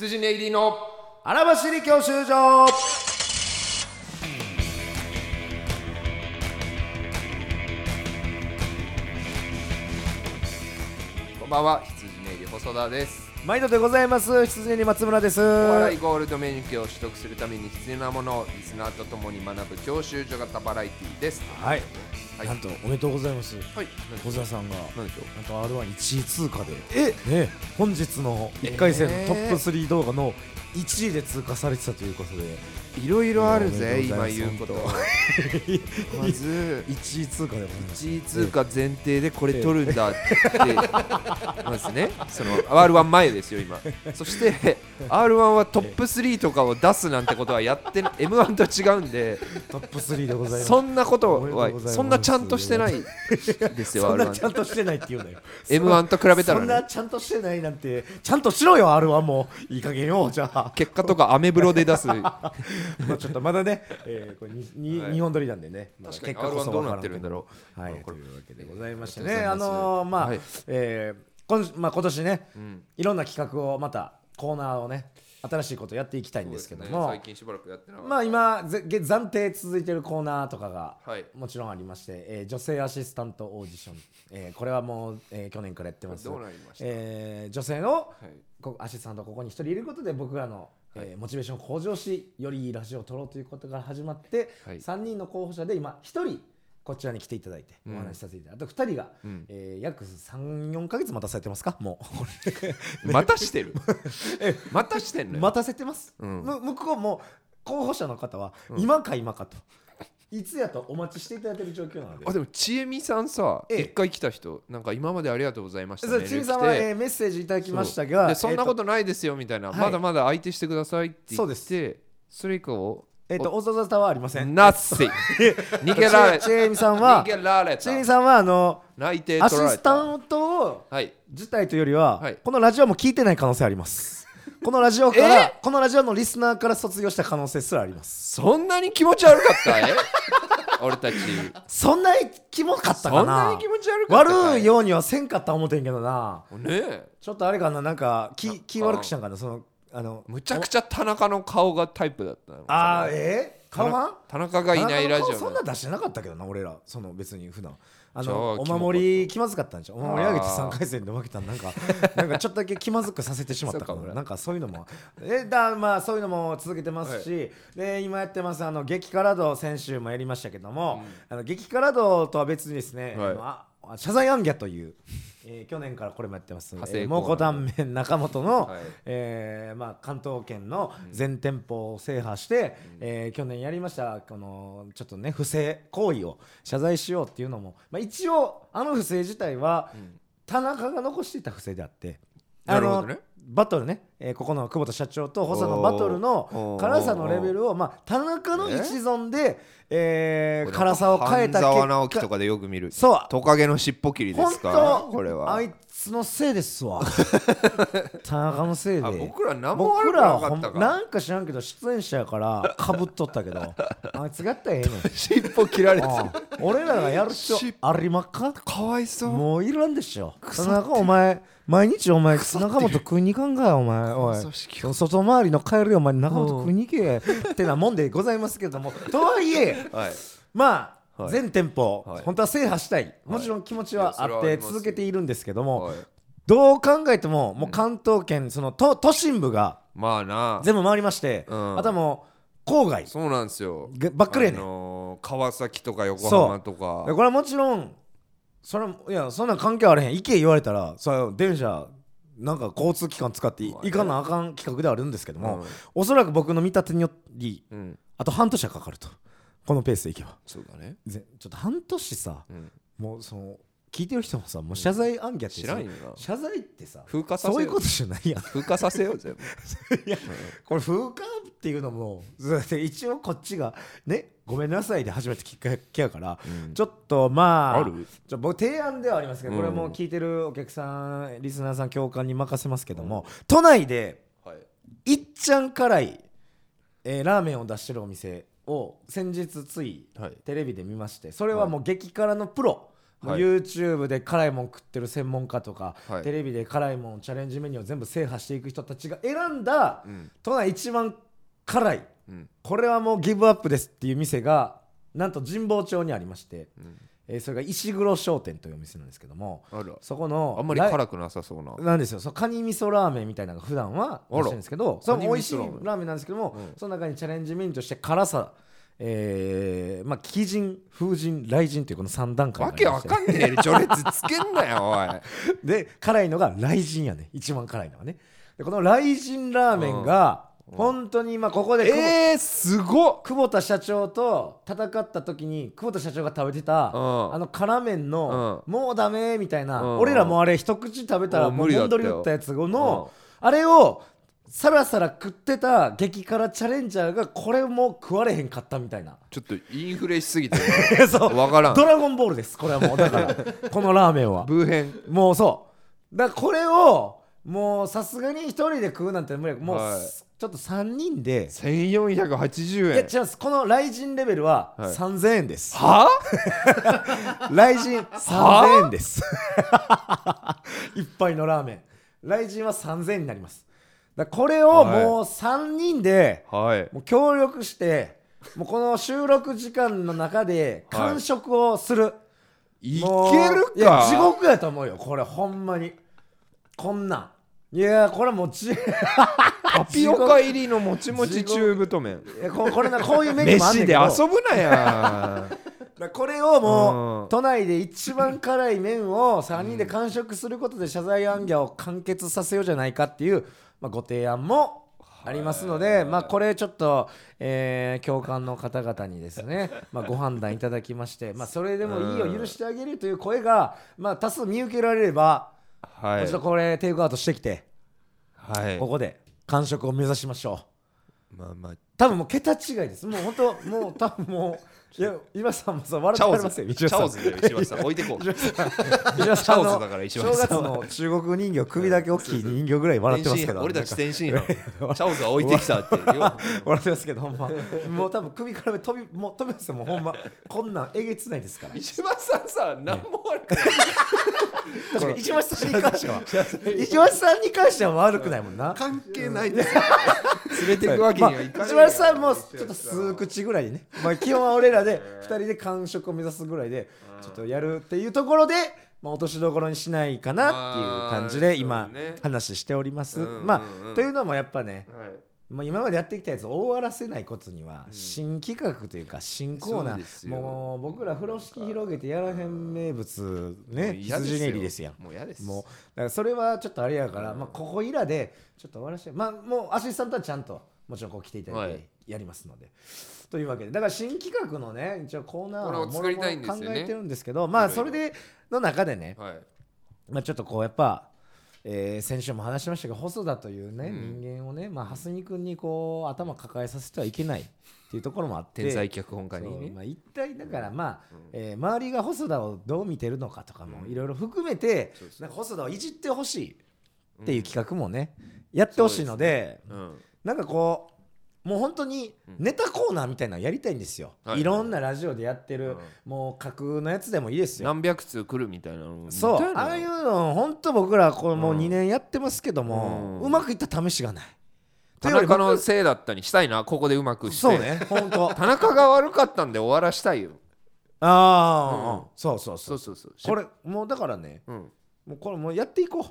羊ネイリーの荒走り教習所こんばんは羊ネイリー細田です毎度でございます羊に松村ですお笑いゴールド免許を取得するために必要なものをリスナーと共に学ぶ教習所型バラエティーですはい、はいなんとおめでとうございますはい小沢さんが何でしょうなんと r 1 1位通過でね、本日の1回戦えーのトップ3動画の1位で通過されてたということで、いろいろあるぜお今めで言とううごこざとい ままず1位通過でございます1位通過前提でこれ取るんだってまずねその r 1前ですよ今そして r 1はトップ3とかを出すなんてことはやってな m 1と違うんでトップ3でございますそんなことおめでとうございはますそんなちゃんとしてないですよそん r なちゃ1んとしてないって言うなよ M1 と比べたらねそんなちゃんとしてないなんてちゃんとしろよ r 1もいい加減よじゃあ結果とかアメブロで出す確まあちょっとまだね、えー、これにに、はい日本撮りなんでね、まあ、かに r 1どうなってるんだろろううはい、まあことれいうわけでございましてありね、がとうあございますのーまあ、はいえー今まあ今年ね、んいろんな企画をまたコーナーをね、新しいことやっていきたいんですけども、最近しばらくやってなかったまあ今ぜげ暫定続いてるコーナーとかがはいもちろんありまして、えー女性アシスタントオーディション、えーこれはもう、えー去年からやってますどうなりましたえー女性のはいこアシスタントがここに一人いることで僕らの、えーモチベーションを向上しよりいいラジオを撮ろうということが始まって、はい3人の候補者で今1人こちらに来ていただいてうんお話しさせていただいて、あと2人が、うんえー約34か月待たされてますかもうこれまたして るまたしてんのよ待たせてます、うんむ向こうも候補者の方は、今か今かといつやとお待ちしていただいてる状況なのであでもちえみさんさええ一回来た人なんか今までありがとうございましたそうメールちみさんは、来てえーメッセージいただきましたそうがでそんなこえーとないですよみたいなはいまだまだ相手してくださいってそ言うっですてそれ以降えーとおざざざはありませんナッシー 逃げられちえみさんは逃げられちえみたさんはあの内定ア取らシれスたタントをはい自体というよりは、はいこのラジオも聞いてない可能性あ りますこのラジオからえこのラジオのリスナーから卒業した可能性すらありますそんなに気持ち悪かったえ 俺たちそんなにキモかったそかんなにな気持ち悪かったか悪いようにはせんかった思てんけどなねえちょっとあれかななんか気気あ悪くしたんかなそのあのむちゃくちゃ田中の顔がタイプだったのあーえー、顔は田中がいないラジオのそんな出してなかったけどな俺らその別に普段あの超キモかおった守り気まずかったんでしょお守り上げてあー3回戦で負けたのなんかなんかちょっとだけ気まずくさせてしまったかそうかも俺なんかそういうのもえだまあそういうのも続けてますし、で今やってますあの激辛道先週もやりましたけども、あの激辛道とは別にですね、はいあのあ謝罪アンギャという、えー去年からこれもやってます派生えーコーナー蒙古タンメン中本の、はいえーまあ、関東圏の全店舗を制覇して、えー去年やりましたこのちょっとね不正行為を謝罪しようっていうのも、まあ、一応あの不正自体はん田中が残していた不正であって。なるほどねあのバトルね、えーここの久保田社長と細野バトルおのー辛さのレベルを、まあ、田中の一存で、えー辛さを変えた半沢直樹結と果かでよく見るそうトカゲの尻尾切りで本すか当これはあいつのせいで すわ田中のせいあで僕ら何も悪僕くならはかほっんたかなんか知らんけど出演者やからかぶっとった けどあいつがやったらええねん尻尾切られてああ俺らがやるし必要ありまっかかわいそうもういらんでしょ田中お前毎日お前中本食いに行かんかよお前おい組織外回りの帰りお前中本食いに行けってなもんでございますけどもとはいえはいまあ、はい全店舗、はい本当は制覇したい、もちろん気持ちいはあっやそれはあてります続けているんですけども、はいどう考えてももう関東圏、その都都心部がまあな全部回りまして、うんあとはもう郊外そうなんですよがばっかりやねん、あのー川崎とか横浜とかこれはもちろんそれはいやそんなん関係あれへん意見言われたらそれは電車なんか交通機関使っていまあね行かなあかん企画ではあるんですけども、うんおそらく僕の見立てによりうんあと半年はかかるとこのペースでいけばそうだねぜちょっと半年さうんもうその聞いてる人もさもう謝罪暗記やって知さらんよな謝罪ってさ風化さそうせいうよことじゃないやん風化させよう全部これ風化っていうのもだって一応こっちがねごめんなさいで初めてきっかけやから、うんちょっとまああるちょ僕提案ではありますけどこれはもううん聞いてるお客さんリスナーさん共感に任せますけども、都内ではいいっちゃん辛い、えーラーメンを出してるお店を先日ついはいテレビで見ましてそれはもう激辛のプロ、もうはい YouTube で辛いもん食ってる専門家とか、はいテレビで辛いもんチャレンジメニューを全部制覇していく人たちが選んだうん都内一番辛いうんこれはもうギブアップですっていう店がなんと神保町にありまして、うんえーそれが石黒商店というお店なんですけどもあらそこのあんまりライ辛くなさそうななんですよそうカニ味噌ラーメンみたいなのが普段はあら出してるんですけどそれも美味しいカラニ味噌ラーメンーメンなんですけども、うんその中にチャレンジメニューとして辛さえーまあ鬼人風神雷神というこの3段階がわありけまわしてかんねえ 序列つけんなよおいで辛いのが雷神やね一番辛いのはねでこの雷神ラーメンが本当に今ここで久保,、えー、すごっ久保田社長と戦った時に久保田社長が食べてた、うんあの辛麺の、もうダメみたいな、うん俺らもうあれ一口食べたらうんもう無理だもっんたどより打ったやつの、あれをさらさら食ってた激辛チャレンジャーがこれも食われへんかったみたいな ちょっとインフレしすぎてるそうわからんドラゴンボールですこれはもうだからこのラー メンはブーヘンもうそうだからこれをもうさすがに一人で食うなんて無理もう、はいちょっと3人でい1480や違うんですこの雷神レベルははい3000円です、は雷神3000円です 一杯のラーメン雷神は3000円になりますだからこれをはいもう3人ではいもう協力してもうこの収録時間の中ではい完食をする、いけもういるやか地獄やと思うよこれほんまにこんなんいやこれもう ちいタピオカ入りのもちもち中太麺やここれなこういうメニューもあんね飯んでけど遊ぶなやだこれをもううん都内で一番辛い麺 を3人で完食することで謝罪案件を完結させようじゃないかっていう、まあ、ご提案もありますので、まあ、これちょっと、えー共感の方々にですね、まあ、ご判断いただきまして、まあ、それでもいいようん許してあげるという声が、まあ、多数見受けられればはもういちょっとこれテイクアウトしてきてはいここで完食を目指しましょう。まあまあ多分もう桁違いです。もう本当、もう多分も う、いや、岩さんもさ、笑ってはりますよ。チャオズだよ石橋さん置いてこう石橋さんのチャオズだから石橋正さん月の中国人形首だけ大きい人形ぐらい笑ってますけど俺たちなんか天津 飯チャオズは置いてきたってよ笑ってますけどほんまもう多分首から飛びもう飛びますよもうほんまこんなんえげつないですから石橋さんさ何も悪くない確かに石橋さんに関しては石橋さんに関しては悪くないもんな関係ないです 連れてくわけにまあはいかない石橋さんもちょっと数口ぐらいでね、まあ、基本は俺らで2人で完食を目指すぐらいでちょっとやるっていうところで、まあ、落としどころにしないかなっていう感じあでー今そうね話しております。うんうんうんまあ、というのもやっぱね、はいまあ、今までやってきたやつを終わらせないことには新企画というか新コーナそうですーよもう僕ら風呂敷広げてやらへん名物ねもう嫌羊練りですやん。もう嫌ですもうだからそれはちょっとあれやから、まあ、ここいらでちょっと終わらせて、まあ、もうアシスタントはちゃんともちろんこう来ていただはいいてやりますので、というわけでだから新企画のね一応コーナーこれを作りたいんですよ考ねえてるんですけどまあいろそいれろでの中でね、はいまあ、ちょっとこうやっぱ、えー先週も話しましたが細田というね、うん人間をね、まあ、蓮見君にこう頭抱えさせてはいけないっていうところもあって天才脚本家そうにまねあ、一体だからまあ、えー周りが細田をどう見てるのかとかもいろいろ含めて、そうそうなんか細田をいじってほしいっていう企画もね、やってほしいのでうんなんかこうもう本当にうんネタコーナーみたいなのやりたいんですよ、はいい、ろんなラジオでやってる、もう架空のやつでもいいですよ何百通来るみたいなのそ見たういなああいうの本当僕らこれもううん2年やってますけども、ううんまくいった試しがない田中というよのりせいだったにしたいなここでうまく僕してそうね 本当あ田中が悪かったんで終わらしたいよあうー、んそうそうそそううそうそうこれもうだからねうんもうこれもうやっていこ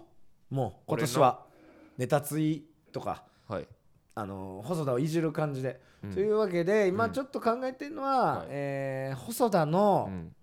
うもう今年はネタついとかはいあのー細田をいじる感じで、うんというわけで今うんちょっと考えてるのは、はいえー細田うのん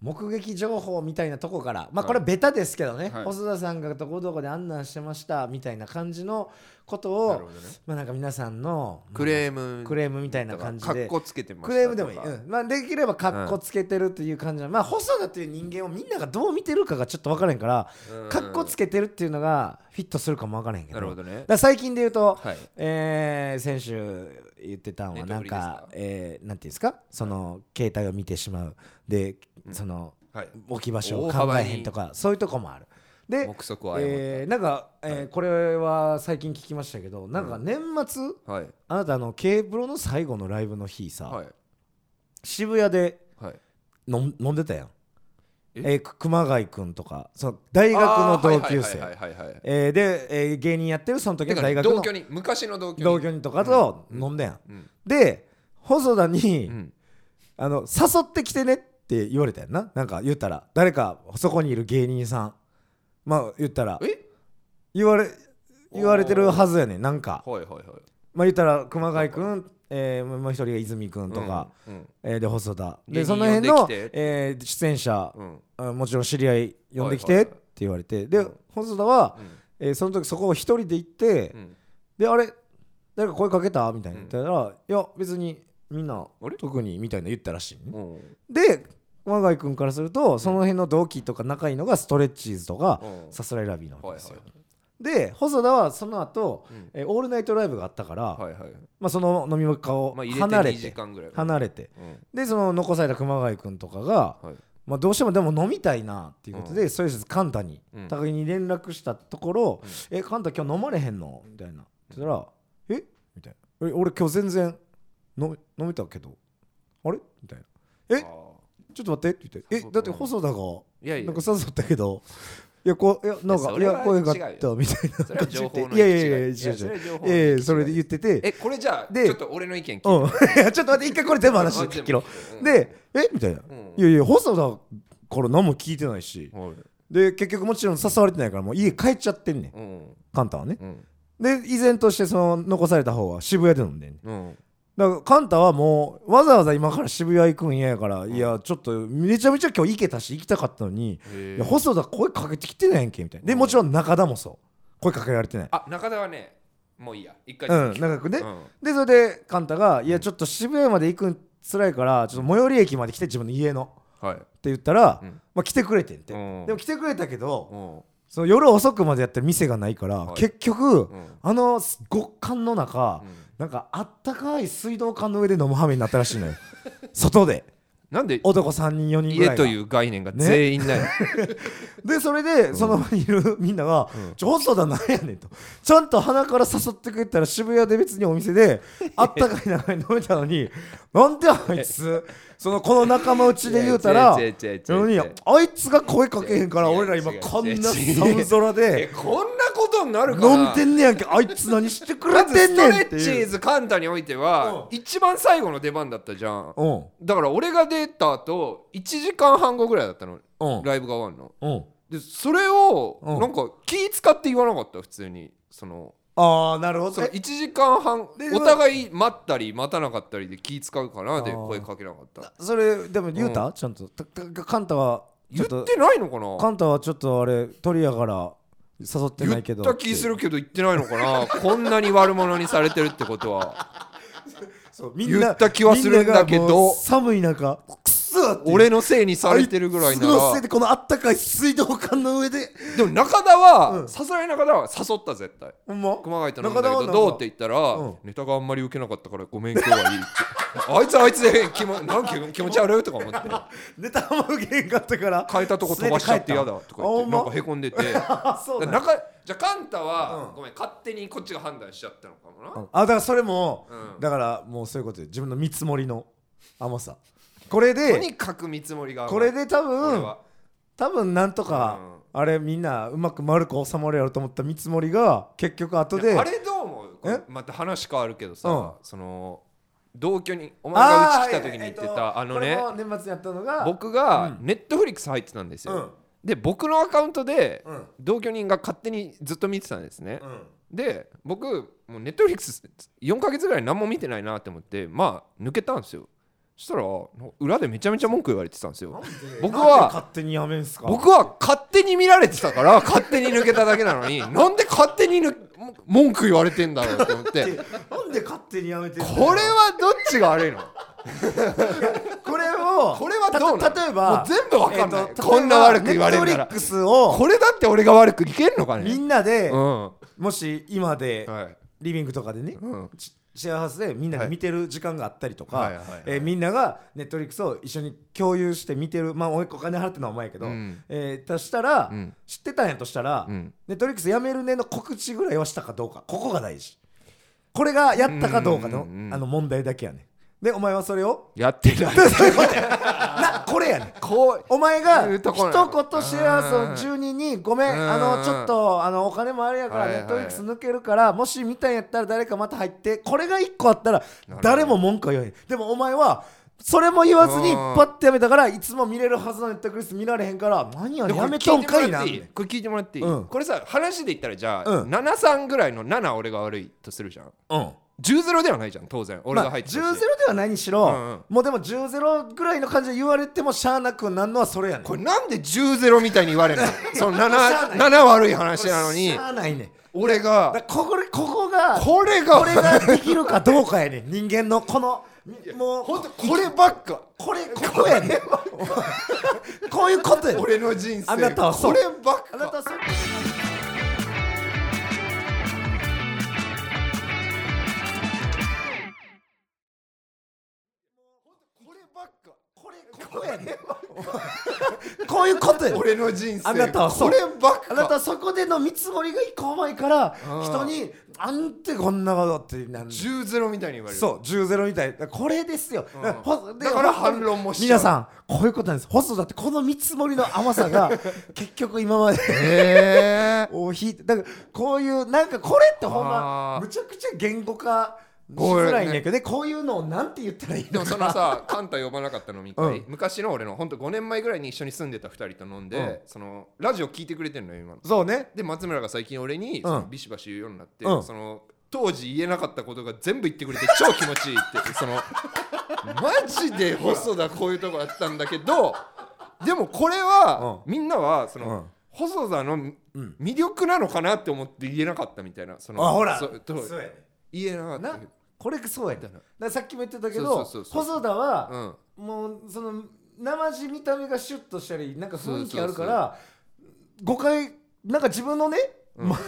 目撃情報みたいなとこから、まはいあこれベタですけどね、はい細田さんがどこどこであんなんしてましたみたいな感じのことなるをほどねまあなんか皆さんのクレームクレームみたいな感じかっでこつけてましたクレームでもいい、とかうんまあ、できればかっこつけてるという感じの、まあ細田という人間をみんながどう見てるかがちょっと分からへんから、うんかっこつけてるっていうのがフィットするかも分からへんけどなるほどねだから最近で言うと、はいえー先週言ってたのはなん Netflix ですかかえーなんていうんですかその携帯を見てしまうでそのはい置き場所を大考幅えにへんとかそういうとこもあるで目測を誤ったえーなんか、えーはいこれは最近聞きましたけどなんか年末、はいあなたあの K プロの最後のライブの日さ、はい渋谷ではい飲ん飲んでたやんえーく熊谷君とかその大学の同級あーはい生はいはいはいはいえーで、えー芸人やってるその時てのか大学同の居人昔の同居人同居人とかと飲んだやん、うんで細田に、うんあの誘ってきてねって言われたやんななんか言ったら誰かそこにいる芸人さんまあ言ったらえ言われ言われてるはずやねんなんかはいはいはいまあ言ったら熊谷君えーもう一人が泉君とか、うんうんえーで細田芸で人その辺呼のんできてえー出演者、うんあもちろん知り合い呼んできはていっはいはてい言われてでうん細田はう、んえーその時そこを一人で行って、うんであれ誰か声かけたみたいな言ったら、いや別にみんなあれ特にみたいな言ったらしいね、うんで熊谷君からするとその辺の同期とか仲いいのがストレッチーズとかうんさすらいラビーなわけはいはですよ、いで細田はその後、うんえーオールナイトライブがあったから、はいはいまあ、その飲み会をまあ入れて離れ2時て,、間ぐらい離れてうんでその残された熊谷君とかが、はいまあ、どうしてもでも飲みたいなっていうことで、そういう人カンタに、うん高木に連絡したところ「えカンタ今日飲まれへんの?」みたいなそしたら「えみたいな「え俺今日全然飲み飲めたけどあれ?」みたいな「えあーちょっと待って」って言って「えだって細田がいやいなやんか誘ったけどいやこういやなんいやかそいれはや声があっ違うた」みたいなそれは情報のいやいやいや違違ういやそれ違はう情報のいやい違やいそれで言っててえこれじゃあでちょっと俺の意見聞いてうん、 いやちょっと待って一回これ全部話あ聞きろ全部でえみたいなういやいや細田から何も聞いてないしんはいで結局もちろん誘われてないからもう家帰っちゃってんねんうんカンタはねうんで依然としてその残された方は渋谷で飲んでんねんうんだからカンタはもうわざわざ今から渋谷行くん嫌やからいやちょっとめちゃめちゃ今日行けたし行きたかったのにいへーや細田声かけてきてないやんけみたいなでもちろん中田もそう声かけられてないあ中田はねもういいや一回うん長くねうんでそれでカンタが「いやちょっと渋谷まで行くん辛いからちょっと最寄り駅まで来て自分の家の」はいって言ったら、うんまあ、来てくれてんて、うんでも来てくれたけど、うんその夜遅くまでやってる店がないから、はい結局、うんあの極寒の中、うんなんかあったかい水道管の上で飲む羽目になったらしいのよ外でなんで男3人4人ぐら家いとがいう概念が全員ない でそれでその場にいるみんなが「ちょ細田なんやねん」と「ちゃんと鼻から誘ってくれたら渋谷で別にお店であったかい中に飲めたのになんであいつそのこの仲間内で言うたら違う違う違う違なのう違にうあいつが声かけへんから違う違う俺ら今違うこんな違う寒空えでこんなことになるかな飲んでんねやんけあいつ何してくだれっててスんトねんレってッチいーうズカンタにおいては一番最後の出番だったじゃんうんだから俺が出た後1時間半後ぐらいだったのうんライブが終わるのうんでそれをうんなんか気使って言わなかった普通にそのああなるほそどのえ1時間半でお互い待ったり待たなかったりで気使うかなであー声かけなかったそれでも言うたちゃんとたたカンタはち言ょっっとてないのかカなンタはちょっとあれ鳥やから誘ってな言いけっどた気するけど言ってないのかなこんなに悪者にされてるってこと はそうみんな言った気はするんだけどみながもう寒い中くっそーって俺のせいにされてるぐらいなあつのせいらでこのあったかい水道管の上ででも中田うはんさすがに中田は誘った絶対ほんま熊谷と飲んだけ中ど田はどうって言ったら、うんネタがあんまり受けなかったからごめん今日はいいってあいつはあいつで気もなんか気持ち悪いとか思ってネタも受けんかったから変えたとこ飛ばしちゃって嫌だとか言あっほてんなまんかへこんでてあ そうなんや中 じゃあカンタは、うんごめん勝手にこっちが判断しちゃったのかもな、あだからそれも、うんだからもうそういうことで自分の見積もりの甘さこれとでにかく見積もりが甘いこれで多俺分は多分なんとか、あれみんなうまく丸く収まるやろと思った見積もりが結局後いでやあれどう思うこれえまた話変わるけどうんさ、その同居にお前があうち来た時に言ってたあ,、のねのね年末にやったのが僕がうネットフリックス入ってたんですよ、うんで僕のアカウントでうん同居人が勝手にずっと見てたんですね、うんで僕もうネットフリックス4ヶ月ぐらい何も見てないなって思ってまあ抜けたんですよそしたら裏でめちゃめちゃ文句言われてたんですよ僕なんでは勝手にやめんすか僕は勝手に見られてたから勝手に抜けただけなのになんで勝手にぬ文句言われてんだろうって思っ てなんで勝手にやめてんのこれはどっちが悪いのこれをこれはどうなのたと例えばもう全部わかんないえーとこんな悪く言われるならネットフリックスをこれだって俺が悪くいけんのかみねんなでうんはもし今でいリビングとかでねうんちシェアハウスでみんなで見てる時間があったりとはいはかいはいはいえーみんながネットフリックスを一緒に共有して見てるまあおお金払ってるのはお前やけど、うんえーとしたら、うん知ってたんやとしたら、うんネットフリックスやめるねの告知ぐらいはしたかどうかここが大事これがやったかどうかの,、うんうんうんあの問題だけやねでお前はそれをやってないなこれやねんこうお前がいう一と言こシなのェアソン住人にごめんうんあのちょっとあのお金もあれやからはいネはいットフリックス抜けるからもし見たんやったら誰かまた入ってこれが一個あったらほど誰も文句は言わへんでもお前はそれも言わずにうんパッてやめたからいつも見れるはずのネットフリックス見られへんから何あれでやこれめ聞といんてもからいなっんていいねんこれ聞いてもらっていい、うんこれさ話で言ったらじゃあ、うん73ぐらいの7俺が悪いとするじゃんうん10ゼロではないじゃん当然俺が入ってたし、まあ、10ゼロではないにしろ、うんうんもうでも10ゼロぐらいの感じで言われてもしゃあなくなんのはそれやねんこれなんで10ゼロみたいに言われ るのその 7, しゃあ7悪い話なのにしゃあないねん俺だからがここここがこれこれがができるかどうかやねん人間のこのもう本当こればっかこれここやねんこういうことやねん俺の人生あなたはそうこればっかあなたはそうこればっかこれここやねんこういうことやねん俺の人生あなたはそうこればっかあなたはそこでの見積もりが一個甘いからうん人に「あんてこんなこと」ってなんで10ゼロみたいに言われるそう10ゼロみたいこれですよ、んだからほでだからほんと反に論もしちゃう皆さんこういうことなんですホストだってこの見積もりの甘さ が結局今までへえを引いてだからこういうなんかこれってほんまあーむちゃくちゃ言語化しづらいんやけど、でこういうのをなんて言ったらいいで のもそのさカンタ呼ばなかった飲み会、うん昔の俺のほんと5年前ぐらいに一緒に住んでた2人と飲んで、うんそのラジオ聞いてくれてんのよ今のそうねで松村が最近俺に、んそのビシバシ言うようになって、うんその当時言えなかったことが全部言ってくれて 超気持ちいいってそのマジで細田こういうとこあったんだけどでもこれは、みんなはその、うん細田のん魅力なのかなって思って言えなかったみたいなそのあほらそそどううやね言えなかったなこれそうやねだからさっきも言ってたけどそうそうそうそう細田は、うんもうその生地見た目がシュッとしたりなんか雰囲気そあうるそうそうから誤解なんか自分のね、 まあ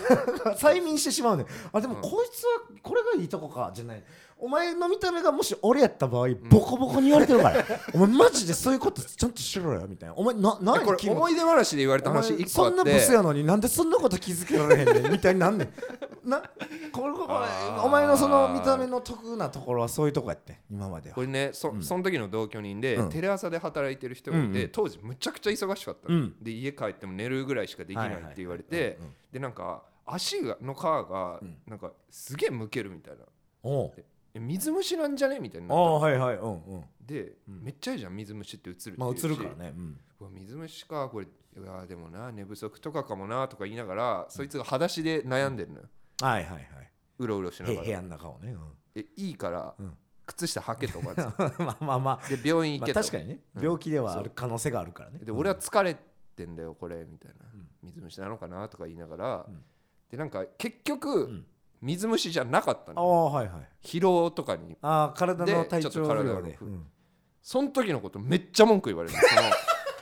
催眠してしまうねんあでもこいつはこれがいいとこかじゃないお前の見た目がもし俺やった場合ボコボコに言われてるから、 お前マジでそういうことちゃんとしろよみたいなお前な何えこれ思い出話で言われたお前話一個あそんっなブてスやのになんでそんなこと気づけられへんねんみたいになんねん なこれこれあーお前のその見た目の得なところはそういうとこやって今まではこれねそ,、その時の同居人で、うんテレ朝で働いてる人がいて、うんうん当時むちゃくちゃ忙しかったうの、んで家帰っても寝るぐらいしかできないって言われて、はいはいうんうんでなんか足の皮がうんなんかすげえむけるみたいなおうえ水虫なんじゃねみたいにあなあったはいはいうんうんで、うんめっちゃいいじゃん水虫って映るっていうしまあ映るからねうんうわ水虫かこれうわでもな寝不足とかかもなとか言いながらそいつが裸足で悩んでるのよはいはいはいうろうろしなへが部ら屋の中をね、うえいいからうん靴下履けとかん、 まあまあまあ、で病院行まけあ、と確かにね、うん病気ではそうある可能性があるからねで俺は疲れてんだよこれみたいな、うん水虫なのかなとか言いながら、うんでなんか結う局、ん水虫じゃなかったあのあはいはい疲労とかにああ体ので体ちょ調っと体不が良で、うんうんその時のことめっちゃ文句言われるその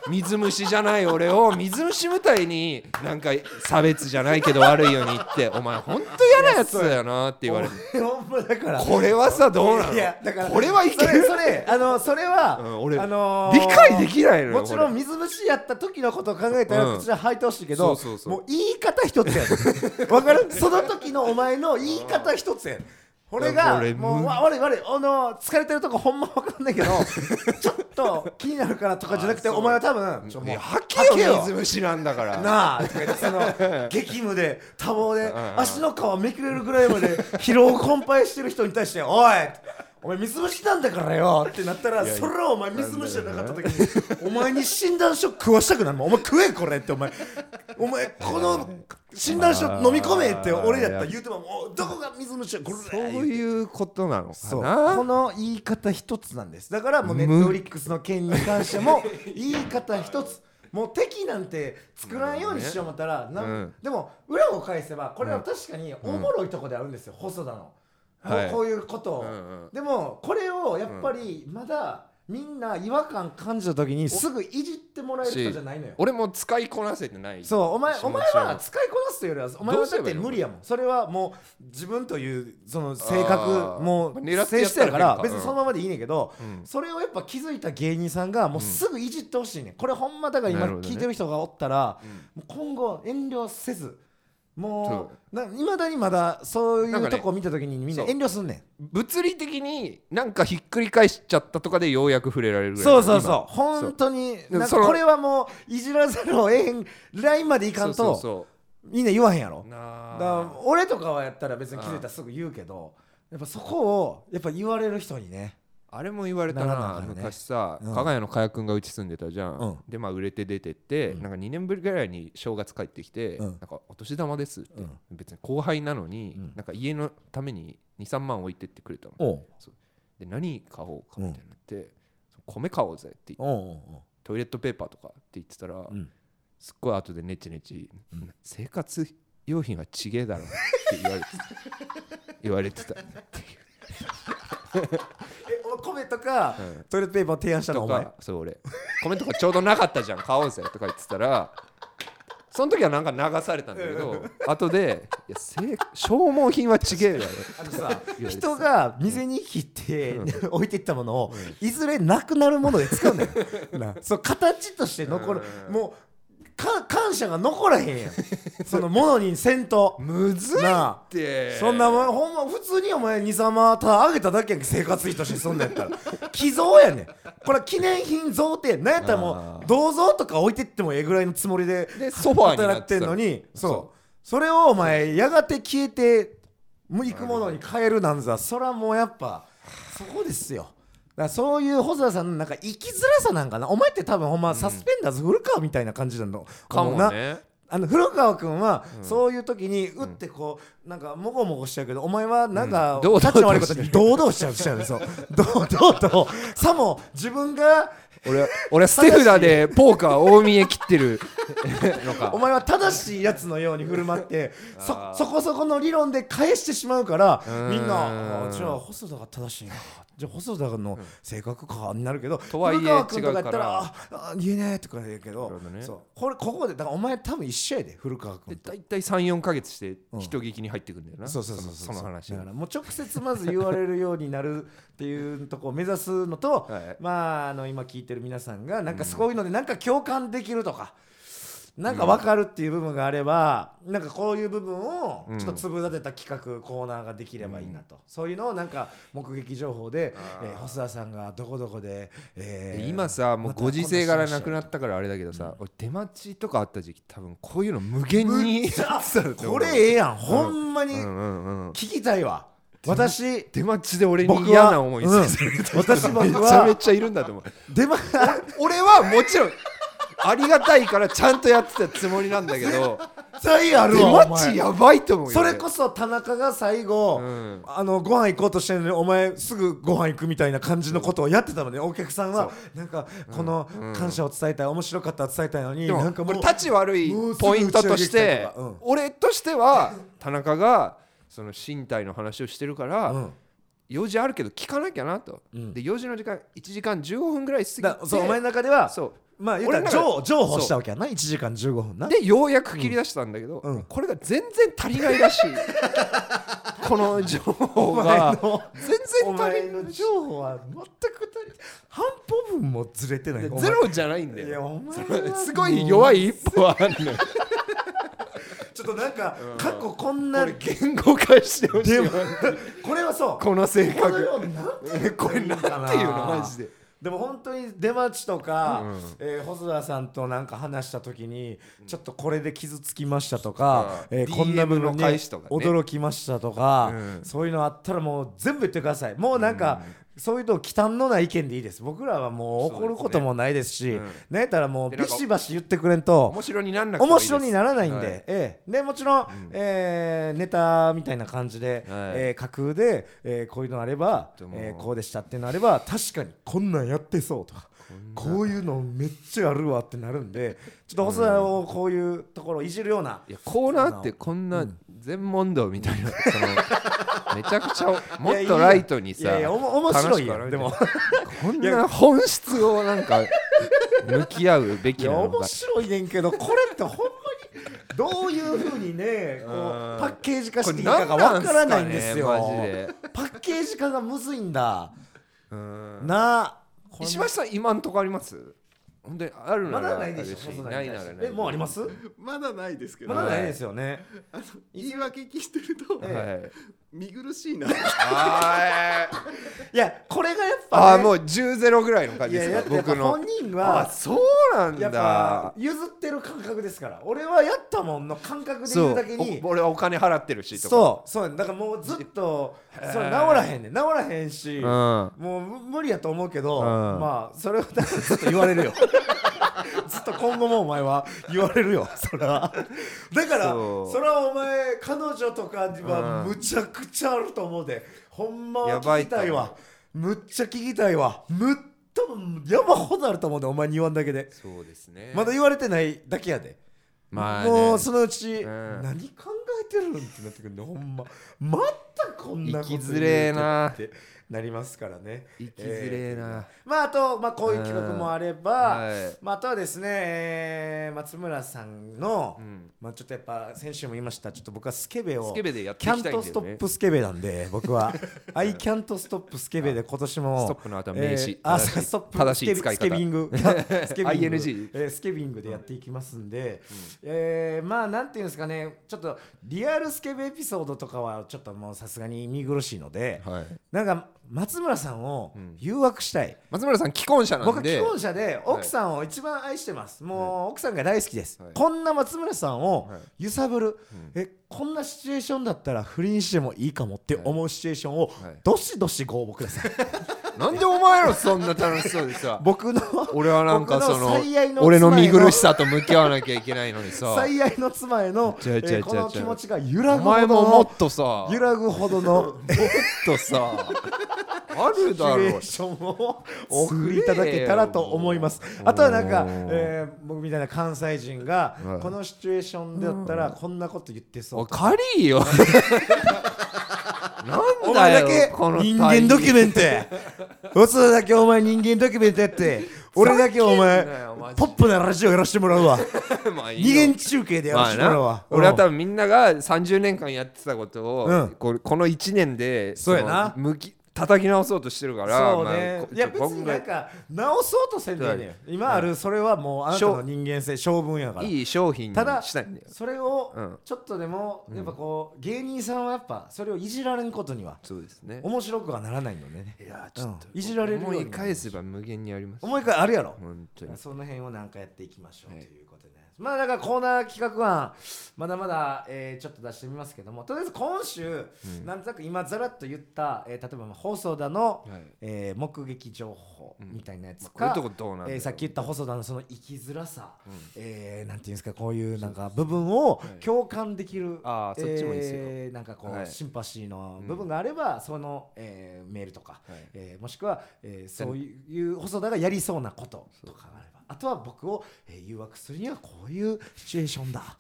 水虫じゃない俺を水虫みたいになんか差別じゃないけど悪いように言ってお前ほんと嫌なやつだよなって言われる ほんまだからこれはさどうなのいやだからこれはいけるそれそれあのそれは、うん俺あのー理解できないのよもちろこんれ水虫やった時のことを考えたらうんこちら履いてほしいけど、そうそうそうもう言い方一つやね んわかるその時のお前の言い方一つやねんこれいやがこれもうむわ悪い悪いあの疲れてるとこほんまわかんないけどちょっと気になるからとかじゃなくてあそうお前は多分ちょいもうや吐けよ吐水虫なんだからなあとか言って その激務で多忙でんうん足の皮めくれるぐらいまで疲労困憊してる人に対して「おい!」お前水虫なんだからよってなったらいやそれはお前水虫じゃなかった時にお前に診断書食わしたくなるもんお前食えこれってお前お前この診断書飲み込めって俺やったら言うてももうどこが水虫やこれそういうことなのかそうなこの言い方一つなんですだからもうネットフリックスの件に関し ても言い方一つもう敵なんて作らんようにしよう思ったら、なうんでも裏を返せばこれは確かにおもろいとこであるんですよ、細田の、こうはいこういうことを、うんうんでもこれをやっぱりまだみんな違和感感じた時にすぐいじってもらえる人じゃないのよ俺も使いこなせてないそうお前気持ちお前は使いこなすというよりはお前どはうすだれっばいていの無理やもんそれはもう自分というその性格あーもまあ狙って性質やからやったら変か別にそのままでいいねんけど、うんそれをやっぱ気づいた芸人さんがもうすぐいじってほしいねんこれほんまだから今なるほどね聞いてる人がおったら、うんもう今後遠慮せずもういまだにまだそういなんかうねとこ見た時にみんなそう遠慮すんねん物理的になんかひっくり返しちゃったとかでようやく触れられるぐらいそうそうそう本当にそうなんそかのこれはもういじらざるをえへんラインまでい今かんそうとそうみんな言わへんやろそうだなから俺とかはやったら別に切れたらすぐ言うけどやっぱそこをやっぱ言われる人にねああれも言われたなならなあかんね昔さ、うん加賀谷の加谷君がうち住んでたじゃん、うんでまあ売れて出てって、うんなんか2年ぶりぐらいに正月帰ってきて、うんなんかお年玉ですって、うん別に後輩なのに、うんなんか家のために23万置いてってくれたのおうで何買おうかみたいになって、米買おうぜって言っておうおうトイレットペーパーとかって言ってたら、おううんすっごい後でネチネチ、生活用品はちげえだろって言われて た言われてた、えお米とかうんトイレットペーパーを提案したのとお前かそう俺コメントがちょうどなかったじゃん買おうぜとか言ってたらその時はなんか流されたんだけど後でいやせい消耗品はちげえだろあのさ言われて人が店に切ってう置いていったものをいずれなくなるもので使う ねんなそう形として残るうんもうか感謝が残らへんやんそのものにせんとむずいっなあてそんなもんほんま普通にお前23万たあげただけやんけ生活費としてそんなんや ったら寄贈やねんこれは記念品贈呈なんやったらもあーう銅像とか置いてってもええぐらいのつもりででソファーにな働っっててんたのにそそうそれをお前やがて消えてもう行くものに変えるなんざそれはもうやっぱそこですよだからそういう細田さんのなんか生きづらさなんかなお前って多分ほんまサスペンダーズ古川みたいな感じなのか思うもなねあの古川君はうんそういう時にうってこうなんかもごもごしちゃうけどお前はなんうかん堂々と立ちの悪いことに堂々しちゃうしちゃうねそう堂々とさも自分が俺は俺は捨て札でポーカー大見え切ってるのかお前は正しいやつのように振る舞ってあそーそこそこの理論で返してしまうからーんみんなあーじゃあ細田が正しいなじゃあ細田の性格かになるけどとはいえ古川君とかやった違うかららああ言えねえとか言うけどなるほどねそうこれここでだからお前多分一緒やで古川君でと。大体34か月してうん人聞きに入ってくんだよな、そうそうそうそうのの話だがからもう直接まず言われるようになるっていうとこを目指すのと、はいまああの今聞いてる皆さんがなんかそういうのでなんか共感できるとか。なんか分かるっていう部分があれば、なんかこういう部分をちょっと粒立てた企画、コーナーができればいいなと、そういうのをなんか目撃情報で、あえーー細田さんがどこどこで、えー今さもうまたご時世柄なくなこんったからあれだけどさ、俺出待ちとかあった時期多分こういうの 無限 になしました思うこれええやんほんま にうんうんうん聞きたいわ、私出待ちで俺に僕嫌はな思いさせる人 うん私 僕はめちゃめちゃいるんだと思う出番俺はもちろんありがたいからちゃんとやってたつもりなんだけど絶対 ある出わお待ち前やばいと思うよそれこそ田中が最後、うんあのご飯行こうとしてるのにお前すぐご飯行くみたいな感じのことをやってたので、お客さんはなんかこのうん感謝を伝えたい、面白かったら伝えたいのにでもなんかもう俺立ち悪いポイントとしてもうすぐ打ち上げ行きたいとかうん俺としては田中がその身体の話をしてるから、うん用事あるけど聞かなきゃなと、うんで用事の時間1時間15分ぐらい過だぎてそうお前の中ではそうまあ言ったら俺の中譲譲歩したわけやな1時間15分なでようやく切り出したんだけど、うんうんこれが全然足りないらし いこの情報お前がの全お然足前りないの譲歩は全く足り半歩分もずれてないお前ゼロじゃないんだいやよお前そはれすごい弱い一歩はある のよちょっとなんか過去こんなこれ言語化してほしいでわもこれはそうこの性これ 格をなんて言うこれなんていうのマジででも本当に出待ちとか、うんえー細田さんとなんか話した時にちょっとこれで傷つきましたとか、うんえーこんな部 DM 分のに返しとかね驚きましたとか、うんそういうのあったらもう全部言ってくださいもうなんか、そういうの忌憚のない意見でいいです僕らはもそううですね怒ることもないですしうんなんやったらもうでビなんかシバシ言ってくれんと面白になんなくてもいい面です白にならないんで、はええでもちろん、えーネタみたいな感じで、はいえー架空で、えーこういうのあればで、もえーこうでしたっていうのあれば確かにこんなんやってそうとかこういうのめっちゃあるわってなるんでちょっと細田をこういうところをいじるような、いやコーナーってこんな全問答みたいな、そのめちゃくちゃもっとライトにさいやいやおも面白いよ楽しくでもこんな本質をなんか向き合うべいきやなの面か白いねんけどこれってほんまにどういうふうにねこううんパッケージ化していいこかれ何がなわんすかかねらないんですよ、マジでパッケージ化がむずいんだ、うんなあこれ石橋さん今んとこあります本当にあるなまらだないでしょある細田にな対いしてならないえもうありますまだないですけど、まだないですよねあの言い訳聞いてると、はい、見苦しいな。あーいやこれがやっぱ、あーね、もう10ゼロぐらいの感いじやですやっかぱやっぱ僕の本人あはそうなんやっぱだ譲ってる感覚ですから俺はやったもんの感覚でそ言ううだけにお俺はお金払ってるしとかそうそうだからもうずっとそれ治らへんねん治らへんし、うんもうむ無理やと思うけど、うんまあそれを多分ずっと言われ るよずっと今後もお前は言われるよそれはだからそそうれはお前彼女とかにはうんむちゃくちゃあると思うで、ほんまやはば聞いきとた思ういわむっちゃ聞きたいわむっと山ほどあると思うでお前に言わんだけで、そうですねまだ言われてないだけやでまあねもうそのうち、ん何考えてるんってなってくるのほんままたこんなこと言うと生きづれえなってなりますからね生きづれえなえーまああと、まあ、こういう企画もあれば、はいまあ、あとはですね、えー松村さんの、うんまあ、ちょっとやっぱ先週も言いましたちょっと僕はスケベをスケベでやってキいャきンたいんだよトねストップスケベなんで 僕は I can't stop スケベで今年もストップの後は名詞えーあ正しいストップ正しい使い方スケビ ングスケビング ING えースケビングでやっていきますんで、えーまあなんていうんですかねちょっとリアルスケベエピソードとかはちょっともうさすがに見苦しいので、はいなんか松村さんをん誘惑したい、松村さん既婚者な僕んはで既婚者で奥さんを一番愛してます、もう奥さんが大好きです、はいこんな松村さんをはい揺さぶる、えこんなシチュエーションだったら不倫してもいいかもって思うシチュエーションをはいどしどしご応募くださ い、なんでお前らそんな楽しそうでさ僕の 俺はなんかそ僕のの最愛の俺の妻へ見苦しさと向き合わなきゃいけないのにさ最愛の妻への、え違う違う違う違ーうこの気持ちが揺らおぐほ前どもものっとさ揺らぐほどの もっとさあるシチだュエろうーションをお送りいただけたらと思いますすげえ。よあとはなんかお、ーえー僕みたいな関西人がはいこのシチュエーションだったらこんなこと言ってそうおい。借りい よなんお前だだよけこの人間ドキュメントや。おつだけお前人間ドキュメント やって。俺だけお前ふざけんなよマジでポップなラジオやらせてもらうわ。ト まあいい二よ元中継でやらませあてもらうわな。俺はうん多分みんなが30年間やってたことを、うんここの1年でそうやなその向き叩き直そうとしてるからそうね、まあこいやちょ別になん今か直そうとせんでいいねん今あるそれはもうあなたの人間性性分やか回らいい商品にただしたいんだよそれをうんちょっとでもやっぱこう芸人さんはやっぱそれをいじられんことにはそうですね面白くはならないのでねいやうんいじられるように思い返せば無限にあります思い返あるやろ本当にその辺をなんかやっていきましょうはいということでねまあだからコーナー企画案まだまだえーちょっと出してみますけどもとりあえず今週なんとなく今ざらっと言ったえー例えばまあ放送だのはいえー目撃情報みたいなやつこういうかとこどうなんだえよーさっき言った細田のその生きづらさ、えーなんていうんですかこういうなんか部分をはい共感できる、あーそっちもいいですよえーなんかこう、はいシンパシーの部分があれば、その、えーメールとか、はいえーもしくは、えーそういう細田がやりそうなこととかがあればあとは僕を、えー誘惑するにはこういうシチュエーションだ。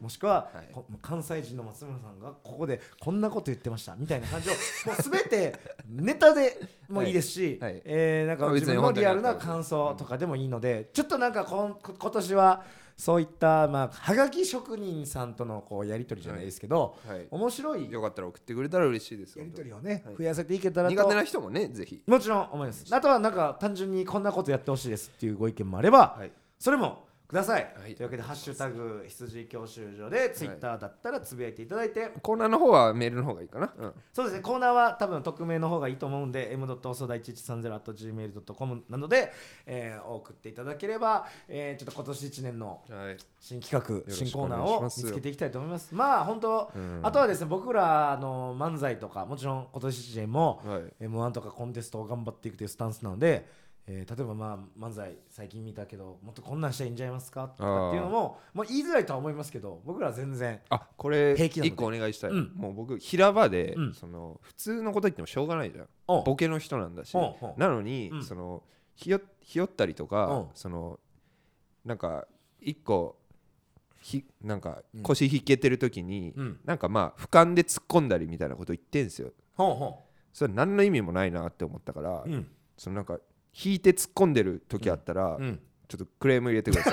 もしくは、はいこ関西人の松村さんがここでこんなこと言ってましたみたいな 感じをもう全てネタでもいいですし、はいはいえーなんかまあ自別に分のリアルな感想とかでもいいのでちょっとなんかこんこ今年はそういった、まあ、はがき職人さんとのこうやり取りじゃないですけど、はい面白いやよかったら送ってくれたら嬉しいですり取り本をね、はい増やせていけた当らにと苦手な人もねぜひもちろん思いますあとはなんか単純にこんなことやってほしいですっていうご意見もあれば、はいそれもください、はいというわけで「ハッシュタグ羊教習所」でツイッターだったらつぶやいていただいて、コーナーの方はメールの方がいいかなうんそうですねコーナーは多分匿名の方がいいと思うんで m. 細田 1130.gmail.com なので、えー、送っていただければ、えー、ちょっと今年1年のはい新企画ろしく新コーナーお願いをし見ますつけていきたいと思いますまあ本当、うんあとはですね僕らの漫才とかもちろん今年1年も、はい m 1とかコンテストを頑張っていくというスタンスなので、えー例えばまあ漫才最近見たけどもっとこんなんしたらいいんじゃいますかとかっていうのももう言いづらいとは思いますけど僕らは全然あこれ平気なので一個お願いしたい、うんもう僕平場で、うんその普通のこと言ってもしょうがないじゃんおボケの人なんだしおうおうなのに、うんそのひよひよったりとうかんそのなんか一個ひなんか腰引けてる時に、うんなんかまあ俯瞰で突っ込んだりみたいなこと言ってんすよほうほそれ何の意味もないなって思ったから、ううんそのなんか引いて突っ込んでる時あったら、うんちょっとクレーム入れてくださ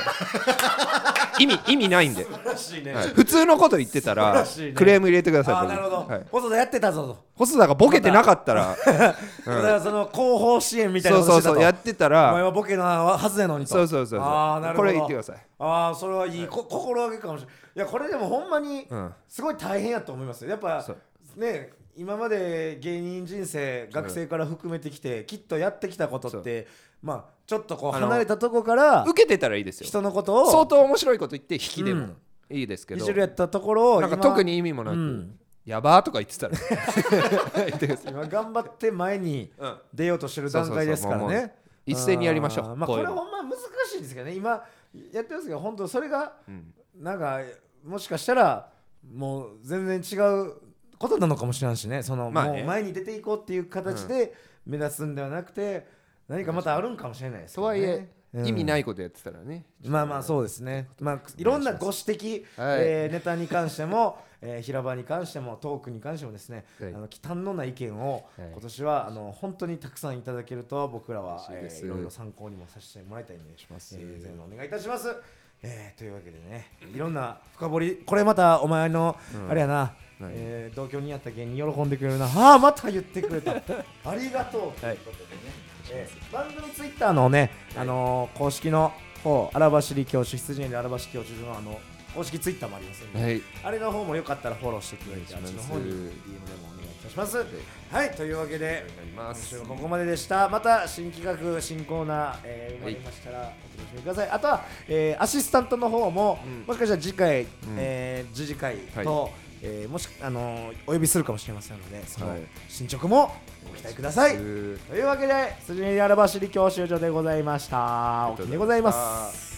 い 意味意味ないんで、素晴らしいねはい 普通のこと言ってたら素晴らしいねクレーム入れてくださいあー僕なるほど、はい細田やってたぞと、細田がボケてなかったら、だからその広報支 援みたいなそうことそしうてたとそうやってたらお前はボケのはずやのにとそうそうそうそうああなるほどこれ言ってくださいああそれはいい、こ心がけかもしれないいやこれでもほんまにうんすごい大変やと思いますよやっぱそうね今まで芸人人生学生から含めてきて、きっとやってきたことってまあちょっとこうあの離れたとこから受けてたらいいですよ人のことを相当面白いこと言って引きでも、いいですけいどじるやったところをなんか今特に意味もなく、うんやばーとか言ってたら言ってください今頑張って前にうん出ようとしてる段階ですからそうそうそうもね。 一斉にやりましょうあーまこあ、こういれうのほんま難しいんですけどね今やってますけど本当それがんなんかもしかしたらもう全然違うことなのかもしれないしねその、まあねもう前に出ていこうっていう形で目立つんではなくて、何かまたあるんかもしれないですけとどはね、いえ、うん意味ないことやってたらねまあまあそうですね、まあ、いろんなご指摘、はいえーネタに関しても、 えー平場に関してもトークに関してもですね、はいあの忌憚のない意見を、はい今年はあの本当にたくさんいただけると僕ら嬉は、しいでえすーいろいろ参考にもさせてもらいたいんでします、えー、全部お願いいたします、えーというわけでねいろんな深掘りこれまたお前の、あれやな、何えー同居にやった芸人喜んでくれるなああまた言って くれたありがとうということでね、えー番組ツイッターのね、あのー公式の方荒走り教師羊園で荒走り教師のあの公式ツイッターもありますんで、はいあれの方もよかったらフォローしてくれてあおっ願いちしますの方に DM でもお願いいたしますはいというわけでお願いしま今す週はここまででしたまた新企画新コーナー、えー生まれましたらお楽しみください、あとは、えーアシスタントの方も、うんもしかしたら次回、えー次次回と、はえーもしあのーお呼びするかもしれませんのでそのはい進捗もご期待ください、うーというわけで、すじりあらばしり教習所でございました。おきでございます。